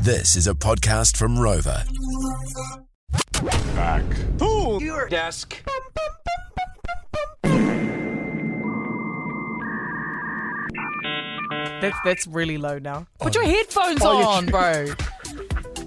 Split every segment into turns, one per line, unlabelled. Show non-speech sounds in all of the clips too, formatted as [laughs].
This is a podcast from Rover.
Back.
Ooh, your desk.
That's that's really low now. Put your headphones
Oh, you- [laughs]
on, bro.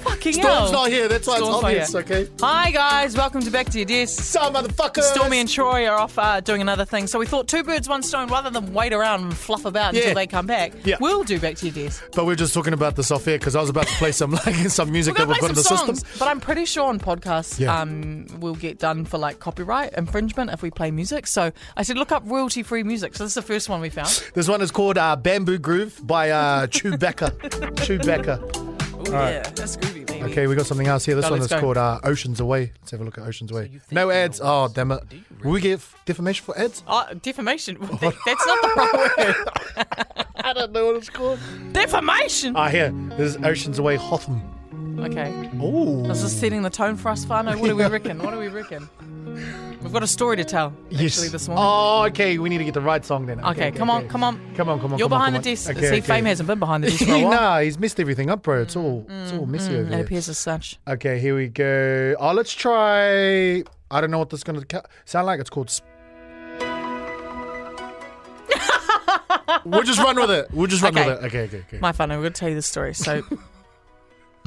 Fucking
Storm's
hell.
not here, that's why it's
Storm's not
obvious,
here.
okay?
Hi guys, welcome to Back to Your Desk.
Some motherfuckers!
Stormy and Troy are off uh, doing another thing, so we thought two birds, one stone. Rather than wait around and fluff about
Yeah.
until they come back,
Yeah.
we'll do Back to Your Desk.
But we are just talking about this off air because I was about to play some [laughs] like some music
We're
that
gonna
we've
play
got in
some
the
songs,
system.
but I'm pretty sure on podcasts,
Yeah.
um, we'll get done for like copyright infringement if we play music. So I said, look up royalty-free music. So this is the first one we found.
This one is called uh, Bamboo Groove by
[laughs]
uh, Chewbacca. Chewbacca.
Oh yeah, that's groovy, baby.
Okay, we got something else here. This
Oh,
one is
let's go.
called uh, Oceans Away. Let's have a look at Oceans Away. no ads. Oh, damn it. Will we get defamation for ads?
Oh, defamation. [laughs] That- that's not the right word.
[laughs] I don't know what it's called.
Defamation.
Ah, here. This is Oceans Away Hotham.
Okay.
Oh.
This is setting the tone for us, Fano. What do we reckon? What do we reckon? We've got a story to tell.
Yes.
Actually, this morning.
Oh, okay. We need to get the right song then.
okay, come on, come on.
Come on, come on.
You're
come on,
behind
come
the
on.
desk.
Okay,
See,
okay.
fame hasn't been behind the desk
[laughs]
for a while.
nah, he's messed everything up, bro. It's all it's all messy over
Mm, It
here.
appears as such.
Okay, here we go. Oh, let's try. I don't know what this is going to sound like. It's called. Sp- we'll just run with it. We'll just run
Okay.
with it. Okay, okay, okay.
My Fano, we're going to tell you the story.
[laughs]
So,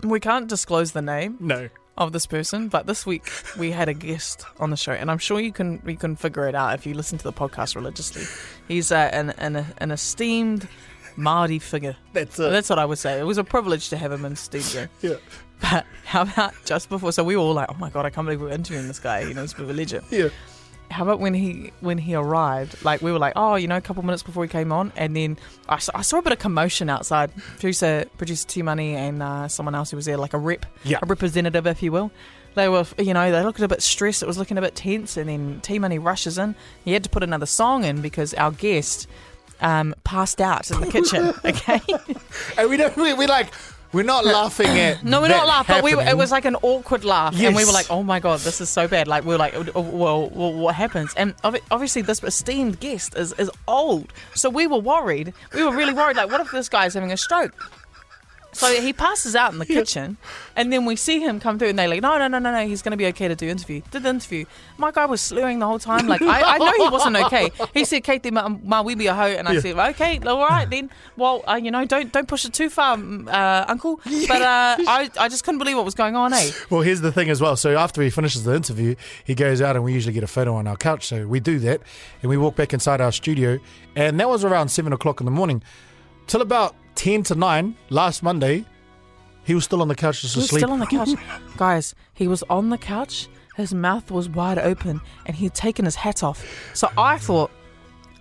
we can't disclose the name
no.
of this person, but this week we had a guest on the show, and I'm sure you can you can figure it out if you listen to the podcast religiously. He's uh, an, an an esteemed Maori figure.
That's it.
That's what I would say. It was a privilege to have him in studio. [laughs]
yeah.
But how about just before? So we were all like, "Oh my god, I can't believe we're interviewing this guy." You know, it's a bit of a legend.
Yeah.
How about when he when he arrived? Like we were like, "Oh, you know," a couple minutes before he came on, and then I saw, I saw a bit of commotion outside. Producer producer T Money and uh, someone else who was there, like a rep,
Yeah.
a representative, if you will. They were, you know, they looked a bit stressed. It was looking a bit tense, and then T Money rushes in. He had to put another song in because our guest um, passed out in the kitchen. Okay.
And we don't. We, we like. We're not laughing at.
No, we're
that
not laughing, but we it
happening.
was like an awkward laugh, and we
Yes.
were like, "Oh my god, this is so bad!" Like we were like, "Oh, "Well, well what happens?" And obvi- obviously, this esteemed guest is is old, so we were worried. We were really worried. Like, what if this guy's having a stroke? So he passes out in the kitchen, and then we see him come through, and they're like, "No, no, no, no, no, he's going to be okay to do interview." Did the interview? My guy was slurring the whole time. Like I, I know he wasn't okay. He said, "Kate, ma, ma we be a hoe," and I said, "Okay, all right then. Well, uh, you know, don't don't push it too far, mm, uh, Uncle." But uh, I I just couldn't believe what was going on, eh?
Well, here's the thing as well. So after he finishes the interview, he goes out and we usually get a photo on our couch. So we do that, and we walk back inside our studio, and that was around seven o'clock in the morning, till about ten to nine last Monday. He was still on the couch just
He was
asleep.
still on the
[laughs]
couch, guys. He was on the couch. His mouth was wide open, and he had taken his hat off. So I thought.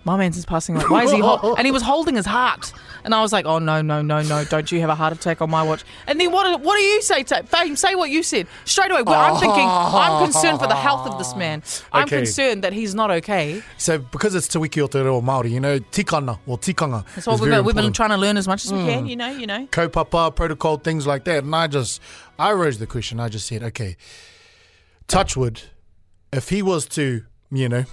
my man's is passing away. Why is he
[laughs]
hot? And he was holding his heart. And I was like, oh, no, no, no, no. Don't you have a heart attack on my watch. And then what, what do you say, Ta- Fame? Say what you said. Straight away. Well, I'm thinking, I'm concerned for the health of this man. I'm
Okay.
concerned that he's not okay.
so because it's Te Wiki o Te Reo Māori, you know, tikanga or tikanga.
That's what
is
we've,
very
been, we've been
important. Mm.
trying to learn as much as we can, you know, you know.
Kaupapa, protocol, things like that. And I just, I raised the question. I just said, okay, Touchwood, if he was to, you know,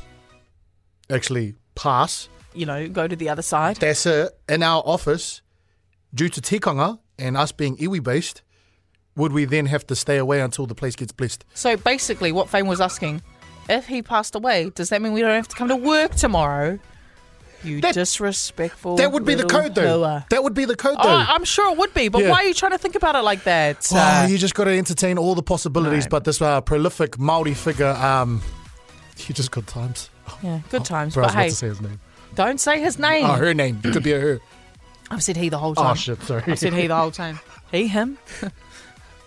actually pass,
You know, go to the other side.
That's it. In our office, due to tikanga and us being iwi based, would we then have to stay away until the place gets blessed?
So basically, what Fame was asking, if he passed away, does that mean we don't have to come to work tomorrow? You
That-
disrespectful.
That would be the
little
code, though.
hooer.
That would be the code,
Oh,
though.
I'm sure it would be, but
Yeah.
why are you trying to think about it like that?
Wow,
Uh,
you just got to entertain all the possibilities.
no.
But this uh, prolific Maori figure, um, you just got times.
yeah, good times.
Bro, Oh, I
but
was about
hey,
to say his name.
don't say his name.
Oh, her name could be a her.
I've said he the whole time.
Oh shit, sorry.
I've said he the whole
[laughs]
time. He, him,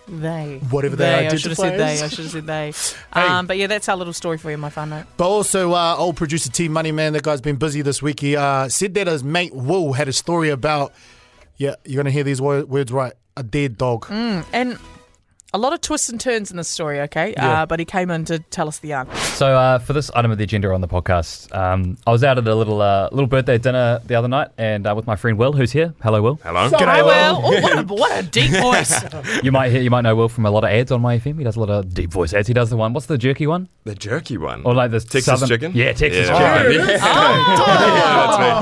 they.
Whatever they
I should have said
identify
they.
as.
I should have said
[laughs]
they. Um, but yeah, that's our little story for you, my whānau.
But also, uh, old producer T Money Man, that guy's been busy this week. He uh, said that his mate Will had a
Mm.
story about. Yeah, you're gonna hear these wo- words right. A dead dog.
And A lot of twists and turns in this story, okay? Uh, but he came in to tell us the yarn.
So uh, for this item of the agenda on the podcast, um, I was out at a little uh, little birthday dinner the other night, and uh, with my friend Will, who's here. Hello, Will.
Hello.
Hi, Will. Oh, what, a, what a deep voice.
You might hear, you might know Will from a lot of ads on MyFM. He does a lot of deep voice ads. He does the one. What's the jerky one?
The jerky one.
Or like this
Texas
southern,
chicken?
Yeah, Texas
Yeah. Oh,
chicken.
Yeah.
[laughs] Do
[laughs]
it.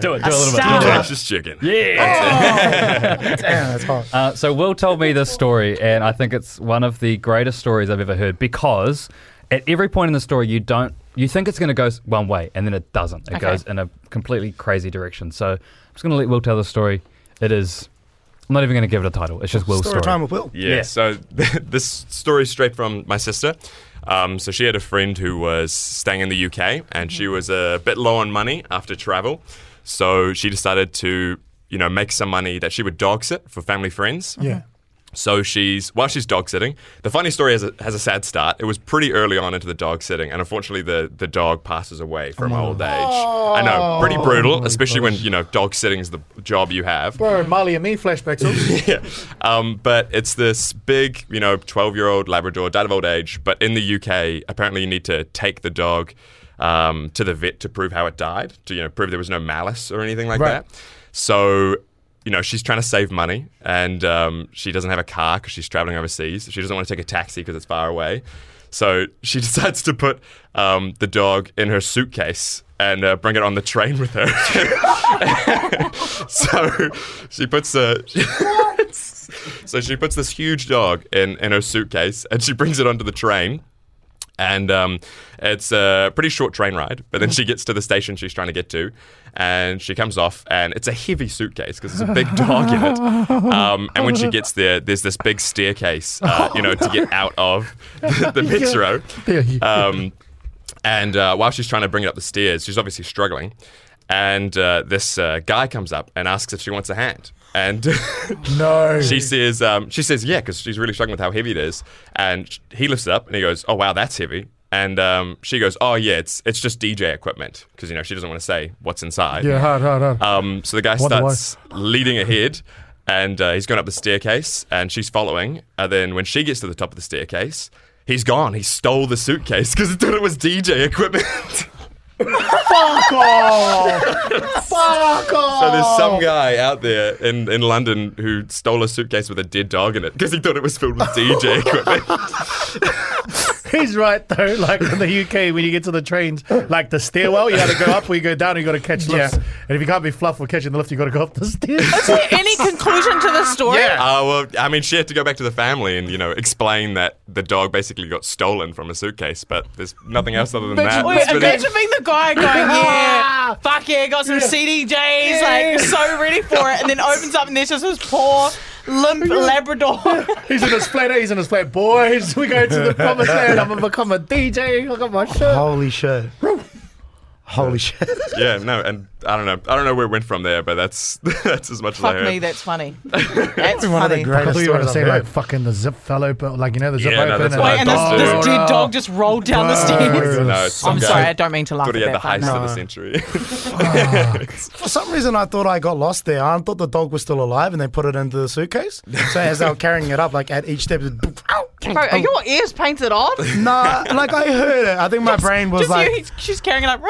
Do a little bit.
Astounding.
Do it.
Texas chicken.
Yeah.
Damn, that's hot.
Uh, so Will told me this story, and I think it's one of the greatest stories I've ever heard because at every point in the story, you don't you think it's going to go s- one way, and then it doesn't. It
Okay.
goes in a completely crazy direction. So I'm just going to let Will tell the story. It is. I'm not even going to give it a title. It's just Will's story.
Story time with Will.
Yeah.
Yeah.
So [laughs] this story straight from my sister. Um, so she had a friend who was staying in the UK, and she
Mm-hmm.
was a bit low on money after travel. So she decided to, you know, make some money that she would dog sit for family friends.
Yeah.
So she's while she's dog sitting. The funny story has a, has a sad start. It was pretty early on into the dog sitting, and unfortunately, the, the dog passes away from old age. I know, pretty brutal, especially when you know dog sitting is the job you have.
Bro, Marley and me flashbacks. all-
Um, but it's this big, you know, 12 year old Labrador, died of old age. But in the UK, apparently you need to take the dog um, to the vet to prove how it died, to, you know, prove there was no malice or anything like
Right.
that. So, you know, she's trying to save money and um, she doesn't have a car because she's traveling overseas. She doesn't want to take a taxi because it's far away. So she [laughs] decides to put um, the dog in her suitcase and uh, bring it on the train with her. [laughs] so she puts the so she puts this huge dog in, in her suitcase and she brings it onto the train. And um, it's a pretty short train ride, but then she gets to the station she's trying to get to, and she comes off, and it's a heavy suitcase because there's a big dog in it. Um, and when she gets there, there's this big staircase, uh, you know, to get out of [laughs] the, the metro. Um, and uh, while she's trying to bring it up the stairs, she's obviously struggling. And uh, this uh, guy comes up and asks if she wants a hand. And [laughs]
No.
she says, um, she says, yeah, because she's really struggling with how heavy it is. And sh- he lifts it up and he goes, oh wow, that's heavy. And um, she goes, oh yeah, it's it's just DJ equipment because you know she doesn't want to say what's inside.
yeah, hard, hard, hard.
Um, so the guy
Wonder why.
starts leading ahead, and uh, he's going up the staircase, and she's following. And then when she gets to the top of the staircase, he's gone. He stole the suitcase because he thought it was DJ equipment. [laughs]
Fuck off! Fuck off!
so there's some guy out there in, in London who stole a suitcase with a dead dog in it because he thought it was filled
[laughs]
with DJ equipment.
He's right though. Like in the UK, when you get to the trains, like the stairwell, you got to go up or you go down. Or you got to catch lifts. And if you can't be fluff or catching the lift, you got to go up the stairs.
Is there any conclusion to this story?
Yeah.
Uh, well, I mean, she had to go back to the family and, you know, explain that the dog basically got stolen from a suitcase, but there's nothing else other than that.
Wait,
It's been-
imagine being Oh, the guy going, yeah, fuck yeah, got some CDJs, like so ready for it, and then opens up and there's just this poor limp Labrador.
[laughs] he's in his flat. He's in his flat. Boys, we go to the promised land. I'm gonna become a DJ. I got my shirt.
Holy shit. Holy shit.
yeah, no, and I don't know. I don't know where it went from there, but that's [laughs] that's as much as
[laughs]
I
fuck
heard.
me, that's funny. That's
One of the
funny.
greatest [laughs]
I thought you were gonna
stories
say
I've
like
heard.
fucking the zip fell open, like you know the zip
Yeah, no,
open.
that's
and
what
Wait,
I
and this,
the
thought too.
this
dog-
dead dog just rolled down the
[laughs]
stairs.
No, some
I'm
guy
sorry, I don't mean to laugh
Thought
at
he had the
that.
heist
but no.
of the century. [laughs]
For some reason, I thought I got lost there. I thought the dog was still alive, and they put it into the suitcase. So as they were carrying it up, like at each step, it was, ow,
Bro, are your ears painted on?
nah, like I heard it. I think my brain was
Just
like,
you, he's- she's carrying it like,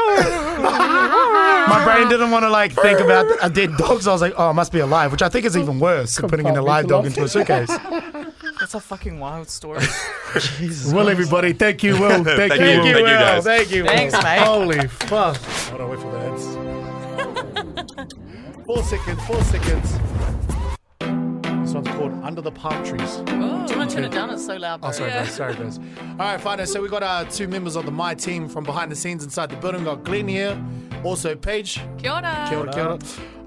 my brain didn't want to like think about a dead dog. So I was like, oh, it must be alive, which I think is even worse than putting in a live dog into a suitcase.
[laughs] that's a fucking wild story.
Will everybody? Thank you,
[laughs]
Will. Thank,
you. Thank you,
Will.
guys.
Thank you. Will.
Thanks, mate.
[laughs]
Holy fuck! Hold on, wait for the ads.
[laughs]
four seconds. Four seconds. This one's called Under the Palm Trees.
Do you want to turn it down? It's so loud.
Oh, sorry, guys. Sorry, guys. All right, fine. So we got uh, two members of the My team from behind the scenes inside the building. Got Glenn here, also Paige.
Kia ora.
Kia ora, kia ora.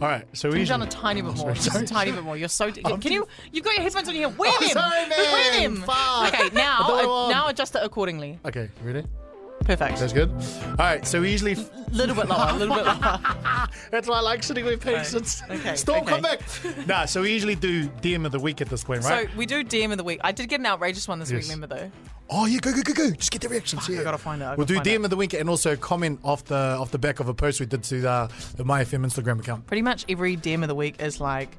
All right, so we
You've done
usually...
a tiny bit more. Just a
sorry.
tiny bit more. You're so. Can you? You've got your headphones on your head. Wear
Oh,
them.
sorry, man.
Wear them.
Fuck.
Okay, now
I thought I
uh,
won.
now adjust it accordingly.
Okay, you ready?
Perfect.
That's good. All right, so we usually...
A [laughs] little bit lower. A little
[laughs]
bit lower.
That's why I like sitting with Paige.
Okay,
It's-
okay,
Storm,
okay.
come back. Nah, so we usually do DM of the week at this point,
So
right?
we do DM of the week. I did get an outrageous one this week.
Yes.
Remember though.
Oh, yeah, go, go, go, go. Just get the reactions. Yeah.
I gotta find out. I
We'll do
gotta find
DM of the week and also comment off the off the back of a post we did to the, the MyFM Instagram account.
Pretty much every DM of the week is like.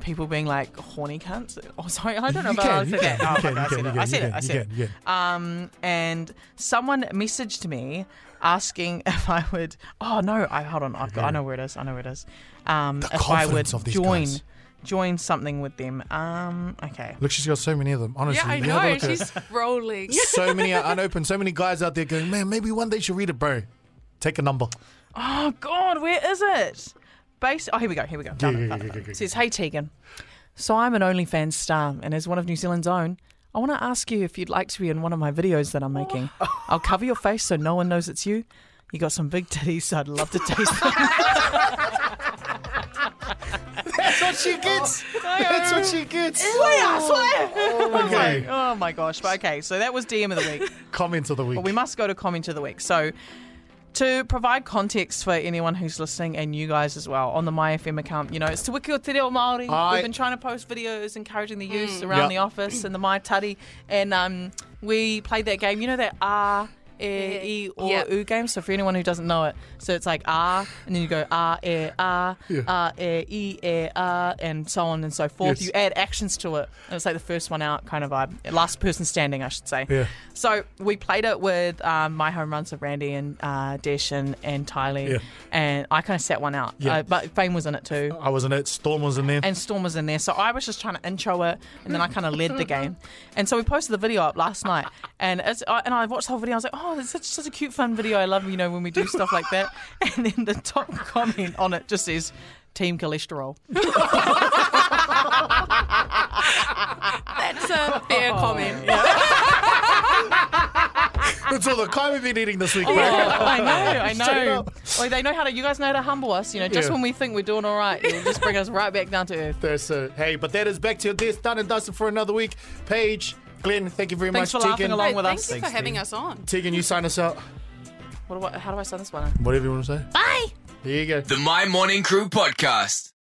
people being like horny cunts. [laughs] Oh, sorry, I don't know
You
if I
can,
said
you
that. Oh
can, you
my
can,
God, I said
you can,
it.
you
I said
can,
it. I
you
said
can, you
it. Um, and someone messaged me asking [laughs] if I would. Oh no, I hold on. I've got, I know where it is. I know where it is. Um, if I would
confidence of these
join
guys.
join something with them. Um, okay.
Look, she's got so many of them. Honestly,
Yeah, I
You have a
know.
look at-
She's
[laughs]
rolling.
so many are unopened. So many guys out there going, man, maybe one day you should read it, bro. Take a number.
Oh God, where is it? Base. Oh, here we go. Here we go. Found it, found it, found it. Says, "Hey Tegan, so I'm an OnlyFans star, and as one of New Zealand's own, I want to ask you if you'd like to be in one of my videos that I'm making.
Oh.
I'll cover your face so no one knows it's you. You got some big [laughs] titties, so I'd love to
[laughs]
taste them.
That's what she gets. [laughs] That's what she gets.
Like, oh my gosh. But okay, so that was DM of the week.
Comment of the week.
But we must go to comment of the week. So, to provide context for anyone who's listening and you guys as well on the MyFM account, you know, it's Te Wiki o Te Reo Māori.
Aye.
We've been trying to post videos encouraging the use around
Yeah.
the office and the My Tari. And um, we played that game, you know, that R. E, e or
Yeah.
U game. So for anyone who doesn't know it, so it's like ah, and then you go ah, eh, ah, ah, eh, e, eh, ah, and so on and so forth.
Yes.
You add actions to it, and it's like the first one out kind of vibe. Last person standing, I should say.
Yeah.
So we played it with um, my home runs of Randy and uh, Desh and, and Tylee,
Yeah.
and I kind of sat one out.
Yeah.
Uh, but Fame was in it too,
I was in it. Storm was in there.
and Storm was in there. So I was just trying to intro it, and then I kind of led the game. And so we posted the video up last night, and it's, I and I watched the whole video. I was like, oh, it's such, such a cute, fun video. I love you know when we do stuff like
[laughs]
that. And then the top comment on it just says. Team
[laughs]
cholesterol.
That's a
Oh.
fair comment.
That's all the time we've been eating this week. bro.
I
[laughs]
know, I
Straight
know.
up.
Well, they know how to. You guys know how to humble us. You know, just
Yeah.
when we think we're doing all right, you'll just bring us right back down to earth.
That's it. Hey, but that is back to your desk. Done and dusted for another week. Paige, Glenn, thank you very
Thanks
much.
for laughing
Tegan,
along.
No,
with
thank
us.
you for
Thanks,
having
Steve.
us on.
Tegan, you sign us out.
What do I, how do I sign this one?
Whatever you want to say.
Bye.
There you go.
The My Morning Crew podcast.